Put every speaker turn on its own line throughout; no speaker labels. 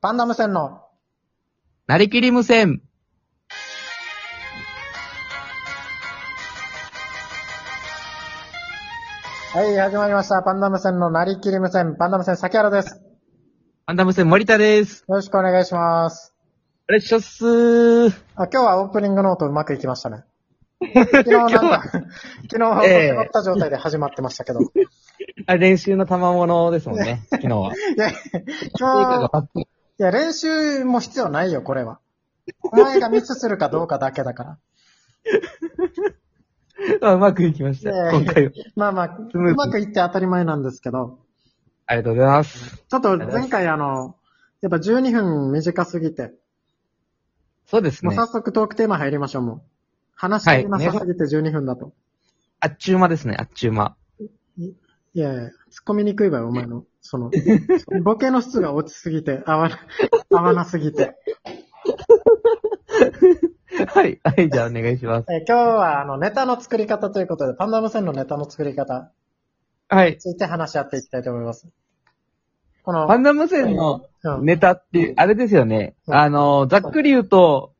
パンダム線の
なりきり無線。
はい、始まりました。パンダム線のなりきり無線、パンダム線崎原です。
パンダ無線森田です。
よろしくお願いします。
お願いしますー。
あ、今日はオープニングノートうまくいきましたね。 昨日なん
今日
か
は、
昨日は
ええ
持った状態で始まってました けど。い
あれ練習の賜物ですもんね、昨日 は。
や、
成果
今
が
日、
バッチリ
いや、練習も必要ないよ、これは。お前がミスするかどうかだけだから。
あうまくいきました。
ええ
今回は。
まあまあ、
スムーズ
うまくいって当たり前なんですけど、
ありがとうございます。
ちょっと前回あの、やっぱ12分短すぎて、
そうです
もう
ね
早。速トークテーマ入りましょう、もう。話し足りなさすぎて12分だと。
あっちゅう間ですね、あっちゅう間。
いやいや、突っ込みにくいわよ、お前の。その、ボケの質が落ちすぎて、合わ な、合わなすぎて。
はい、はい、じゃあお願いします。
えー今日は、あの、ネタの作り方ということで、パンダム線のネタの作り方
はい
に。ついて話し合っていきたいと思います。この、
パンダ無線の
うん
ネタっていう、あれですよね。
うん
あの、ざっくり言うと、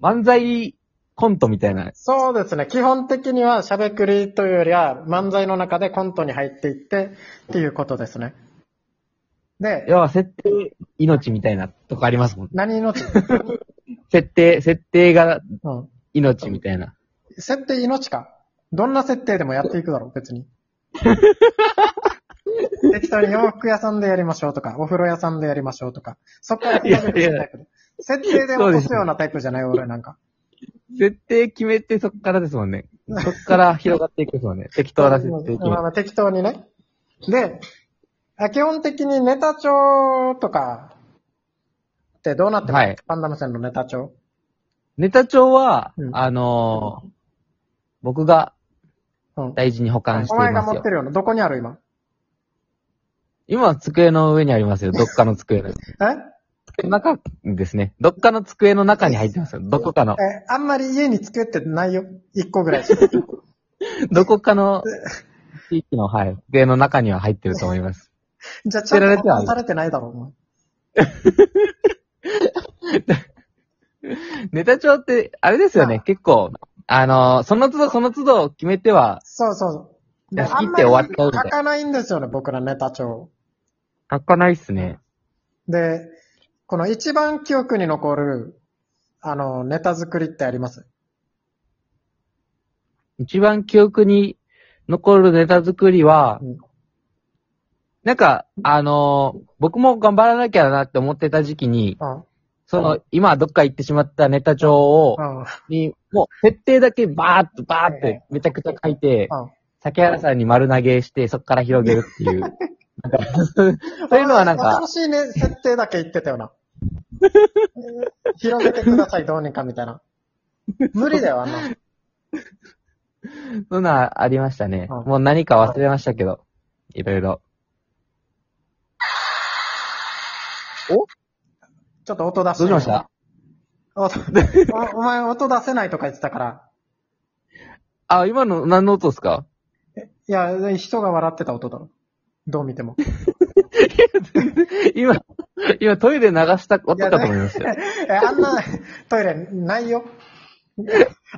漫才コントみたいな。
そうですね。基本的には、しゃべくりというよりは、漫才の中でコントに入っていって、っていうことですね。で、
要は設定命みたいなとこありますもん。
何命
設定、設定が
うん。
命みたいな。
設定命か。どんな設定でもやっていくだろう、別 に。適当に洋服屋さんでやりましょうとか、お風呂屋さんでやりましょうとか、そこから選べるタイプで。設定で落とすようなタイプじゃない、俺なんか。
設定決めてそこからですもんね。そこから広がっていくですも んね。適当な設定決め
まあまあ適当にね。で、あ基本的にネタ帳とかってどうなってますか、
はい
パンダム線のネタ帳。
ネタ帳は、
うん
あのー僕が
うん。
大事に保管して
お
い
前が
ます
持っ
よ
て。るような。どこにある今。
今は机の上にありますよ。どっかの机の。
え
中ですね。どっかの机の中に入ってます よ。どこかの、
え、あんまり家に机ってないよ。一個ぐらいしか。
どこかの地域の、はい、机の中には入ってると思います。
じゃあ、ちゃんと
捨てられてはある
されてないだろ、お前。
ネタ帳って、あれですよ
はい
ね。結構、あのーその都度その都度決めては
そうそうそう。
いや
であん
切っ
まり
て終わっちゃうみたい
書かないんですよね、僕らネタ帳。
書かないっすね。
で、この一番記憶に残る、あの、ネタ作りってあります。
一番記憶に残るネタ作りは、
うん
なんか、あのー僕も頑張らなきゃなって思ってた時期に、
うん。うん。
その、今どっか行ってしまったネタ帳を、に、もう、設定だけバーっとバー
は
っ
いは
てめちゃくちゃ書いて、
うん
崎原さんに丸投げして、そこから広げるって いう。なんか そういうのはなんか
新、しいね、設定だけ言ってたよ な。えー広げてください、どうにかみたいな。無理だよ、あんな。
そんなありましたね。
うん
もう何か忘れましたけど、いろいろ。
ちょっと音出して。
どうしました
音おお前音出せないとか言ってたから。
あ、今の何の音ですか
いや、人が笑ってた音だろ。どう見ても。
今、今トイレ流した音かと思いましたよ。
え、あんなトイレないよ。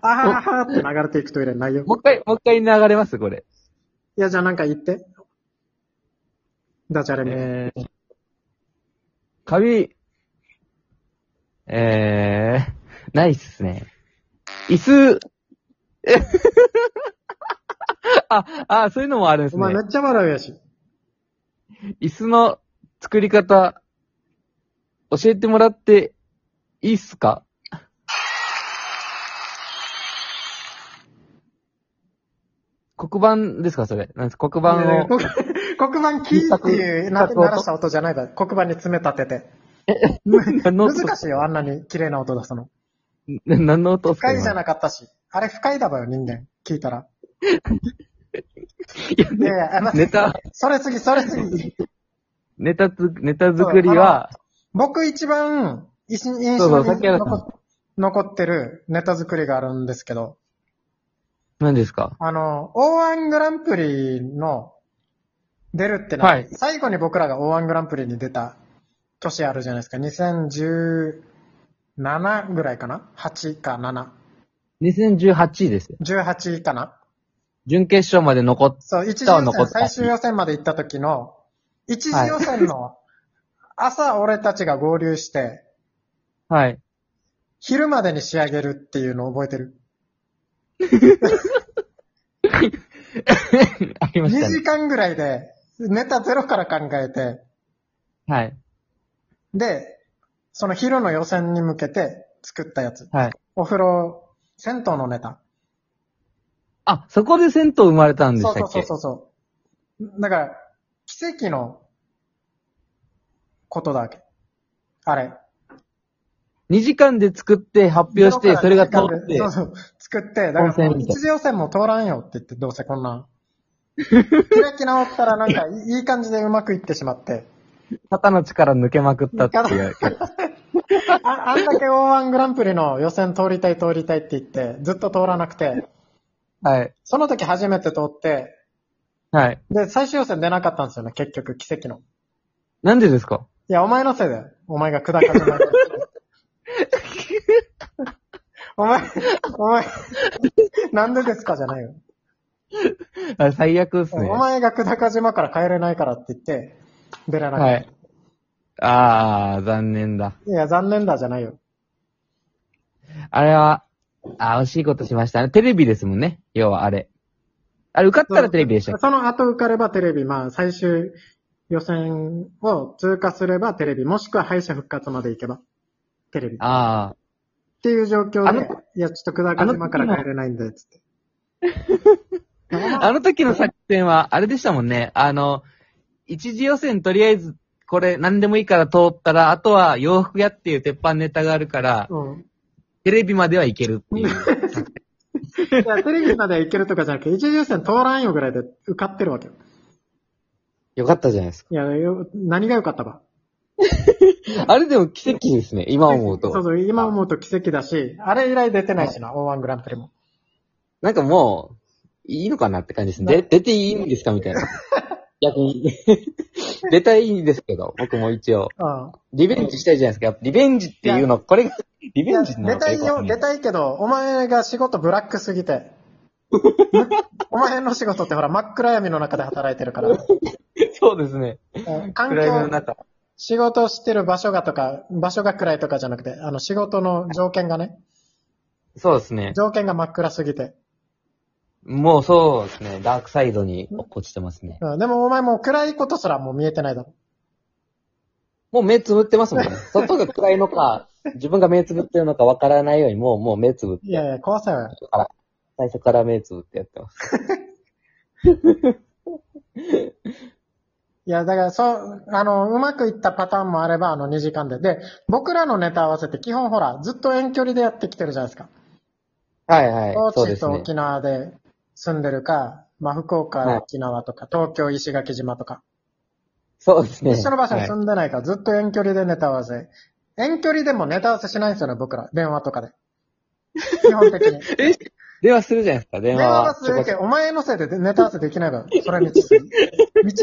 あはははって流れていくトイレないよ。
もう一回、もう一回流れます、これ。
いや、じゃあなんか言って。ダジャレ名。
えー、髪、えー、ないっすね。椅子、 えあ、あ、そういうのもあるんです
お前
ね
め。っちゃ笑うやし。
椅子の作り方、教えてもらっていいっすか黒板ですかそれ。なんです黒板
いやいや
を。
黒黒板キーっていうな
一択
鳴らした音じゃないだろ。黒板に詰め立てて。
何の
難
音
しいよ、あんなに綺麗な音出すの。
何の音っ
不
すか
快じゃ
今
なかったし。あれ不快だわよ、人間。聞 いたら。
いや
いやいや、待っ
ネ
て
タ、
それ次、それ次。
ネタつ、ネタ作りは、
僕一番、一印
そう
象
そう
に
さっきやった
残残ってるネタ作りがあるんですけど。
何ですか
あの、O1 グランプリの出るってな、
はい
最後に僕らが O1 グランプリに出た年あるじゃないですか。2017ぐらいかな ?8 か7。
2018位ですよ。
18かな
準決勝まで残っ、
そう、一次
は
予
残
選、
った
最終予選まで行った時の、一次予選の、朝俺たちが合流して、
はい。
昼までに仕上げるっていうのを覚えてる。
ありまし
2
たね。
時間ぐらいで、ネタゼロから考えて、
はい。
で、その昼の予選に向けて作ったやつ。
はい。
お風呂、銭湯のネタ。
あ、そこで銭湯生まれたんでし
そ
た
う
っけ
そうそうそう。だから、奇跡のことだわけ。あれ。
2時間で作って発表して、それが通って
そうそう。作って、だから
温泉みた
一
い
次予選も通らんよって言って、どうせこんな。 開き直ったらなんかいいいい感じでうまくいってしまって。
肩の力抜けまくったっていう。
ああんだけ O1 グランプリの予選通りたい通りたいって言って、ずっと通らなくて、
はい。
その時初めて通って、
はい。
で、最終予選出なかったんですよね、結局、奇跡の。
なんでですか
いや、お前のせいだよ。お前が砕かれない。 お前、お前、なんでですかじゃないよ。
あ最悪ですね。
お前が久高島から帰れないからって言って、出れなかった。、
はいい。あー、残念だ。
や、残念だじゃないよ。
あれは、あー、惜しいことしましたね。テレビですもんね。要はあれ。あれ、受かったらテレビでしたっけ
その後受かればテレビ、まあ、最終予選を通過すればテレビ、もしくは敗者復活まで行けば、テレビ。っ
あ
ていう状況
あの
で、いや、ちょっと久高島から帰れないんで、つって。
あ。あの時の作戦は、あれでしたもんね。あの、一次予選とりあえず、これ何でもいいから通ったら、あとは洋服屋っていう鉄板ネタがあるから、
うん。
テレビまではいけるっていう。
いや、テレビまで行けるとかじゃなくて、一次予選通らんよぐらいで受かってるわけよ。
よかったじゃないですか。
いや、よ何が良かったか。
あれでも奇跡ですね。今思う
そう
と。
そう、今思うと奇跡だし、あれ以来出てないしな、O1 グランプリも。
なんかもう、いいのかなって感じですね。で出ていいんですかみたい な。逆に。 出たいんですけど、僕も一応。
うん。
リベンジしたいじゃないですか。やっぱリベンジっていうの、これが、リ
い
ベ
や
ンジな
出
のか
たい
よくわ
よ、
かんな
出
い
たいけど、お前が仕事ブラックすぎ て。お前の仕事ってほら、真っ暗闇の中で働いてるから。
そうですね。
うん環
暗闇の
境、
中。
仕事してる場所がとか、場所が暗いとかじゃなくて、あの、仕事の条件がね、
そうですね。
条件が真っ暗すぎて。
もうそうですね。ダークサイドに落ちてますね。
うん、でもお前もう暗いことすらもう見えてないだろ。
もう目つぶってますもん ね。外が暗いのか、自分が目つぶってるのかわからないように、もう、もう目つぶって、
いやいや、怖さよ。
最初から目つぶってやってます。
いや、だから、そう、あの、うまくいったパターンもあれば、あの、2時間で。で、僕らのネタ合わせって基本ほら、ずっと遠距離でやってきてるじゃないですか。
はいはい。そ
高
うで
知
す
と
ね。
沖縄で住んでるか、まあ、福岡、
はい
沖縄とか、東京、石垣島とか。
そうですね。
一緒の場所に
はい
住んでないから、ずっと遠距離でネタ合わせ。遠距離でもネタ合わせしないんですよね、僕ら。電話とかで。基本的に。
電話するじゃないです か、電
電
話
話
は
は。するけど、お前のせいでネタ合わせできないから、それ道すぎ。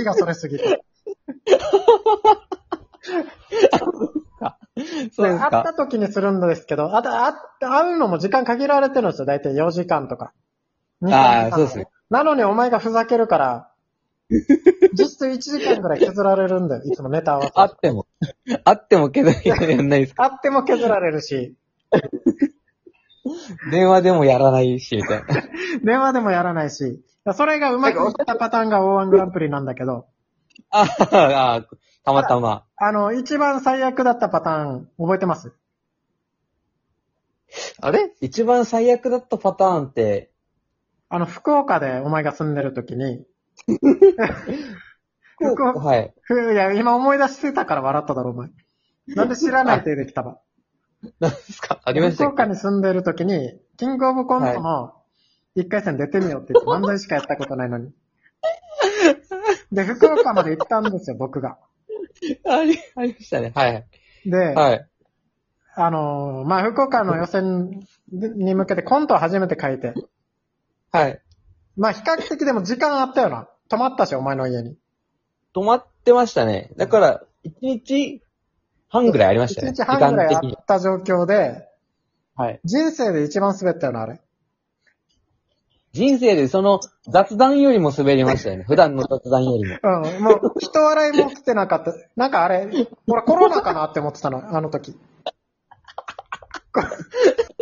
道がそれすぎて。
そうで
会っ
すか。
た時にするんですけど、あと、あ会うのも時間限られてるんですよ。だいたい4時間とか。2
ああ、
3
そうですね。
なのにお前がふざける から、実質1時間ぐらい削られるんだよ。いつもネタ合わせ。
あっても。 あっても削りやんないですか。
あっても削られるし、
電話でもやらないし、みたい な。
電話でもやらないし、それがうまくいったパターンが O1 グランプリなんだけど、
あーあー、たまたま。
あの、一番最悪だったパターン覚えてます
あれ一番最悪だったパターンって、
あの、福岡でお前が住んでる時に、 福岡
はい。
ふ いや、今思い出してたから笑っただろ、お前。なんで知らない手で来たば。
何ですか ありまし
福
たっけ
岡に住んでる時に、キングオブコントの一回戦出てみようって 言って漫才しかやったことないのに。で、福岡まで行ったんですよ、僕が。
あり、ありましたね。はい。
で、
はい。
あのーまあ、福岡の予選に向けてコントを初めて書いて。
はい。
まあ、比較的でも時間あったよな。泊まったし、お前の家に。
止まってましたね。だから、一日、半ぐらいありました
1
ね。
日半ぐらい
時
あ
間的に。
った状況で、
はい。
人生で一番滑ったよな、あれ。
人生でその雑談よりも滑りましたよね。普段の雑談より も。
うん、もう、人笑いも来てなかった。なんかあれ、俺コロナかなって思ってたの、あの時。 コ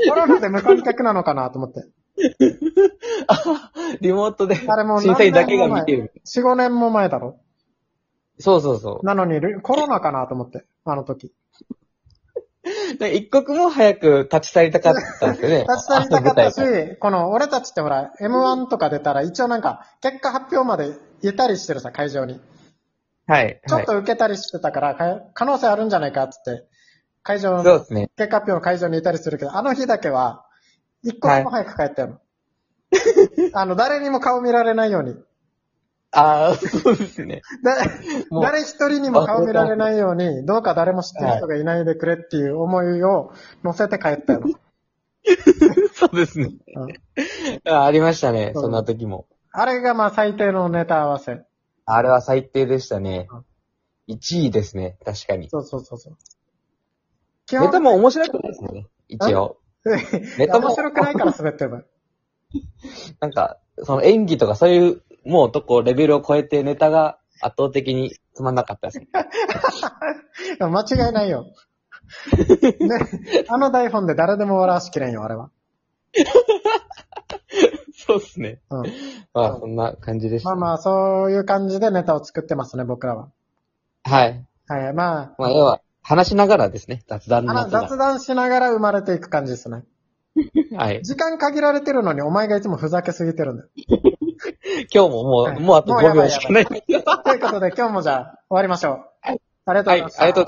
コロナで無観客なのかなと思って。
リモートで
あれもう
審査員だけが見てる。
4、5年も前だろ。
そうそうそ
なのに、ルコロナかなと思って、あの時。
う。で一刻も早く立ち去りたかったんですよね。
立ち去りたかった
あの舞台から
し、この、俺たちってほら、M1 とか出たら一応なんか、結果発表までいたりしてるさ、会場に。
はい。
ちょ
はい
っと受けたりしてたから、か可能性あるんじゃないかっつって、会場の
そうですね。
結果発表の会場にいたりするけど、あの日だけは、一個も早く帰ったよ。あの、 誰にも顔見られないように。
ああ、そうですね。
だ
もう
誰一人にも顔見られないように、どうか誰も知ってる人がいないでくれっていう思いを乗せて帰ったよ。
そうですね。あありましたね。
そう
そんな時も。
あれがまあ最低のネタ合わせ。
あれは最低でしたね
うん。
1位ですね。確かに。
そうそうそうそう。基
ネタ も面白くないですね。一応。ネタも
面白くないから滑ってる。
なんか、その演技とかそういう、もうとこレベルを超えてネタが圧倒的につまんなかった ですね。
間違いない よ。ね、あの台本で誰でも笑わしきれんよ、あれは。
そうですね。
うん
まあ、そんな感じでした。
まあまあ、そういう感じでネタを作ってますね、僕らは。
はい。
はい、ま
まあ、要は、話しながらですね。雑談
あ、
の
あの
雑
雑
談。
談しながら生まれていく感じですね。
はい。
時間限られてるのに、お前がいつもふざけすぎてるん だよ。
今日ももう、
はい
もうあと
もうや
5
ばい
秒しかない。
ということで、今日もじゃあ、終わりましょう。ありがとうござ
はいい、あり
ま
が
した。
とうございます。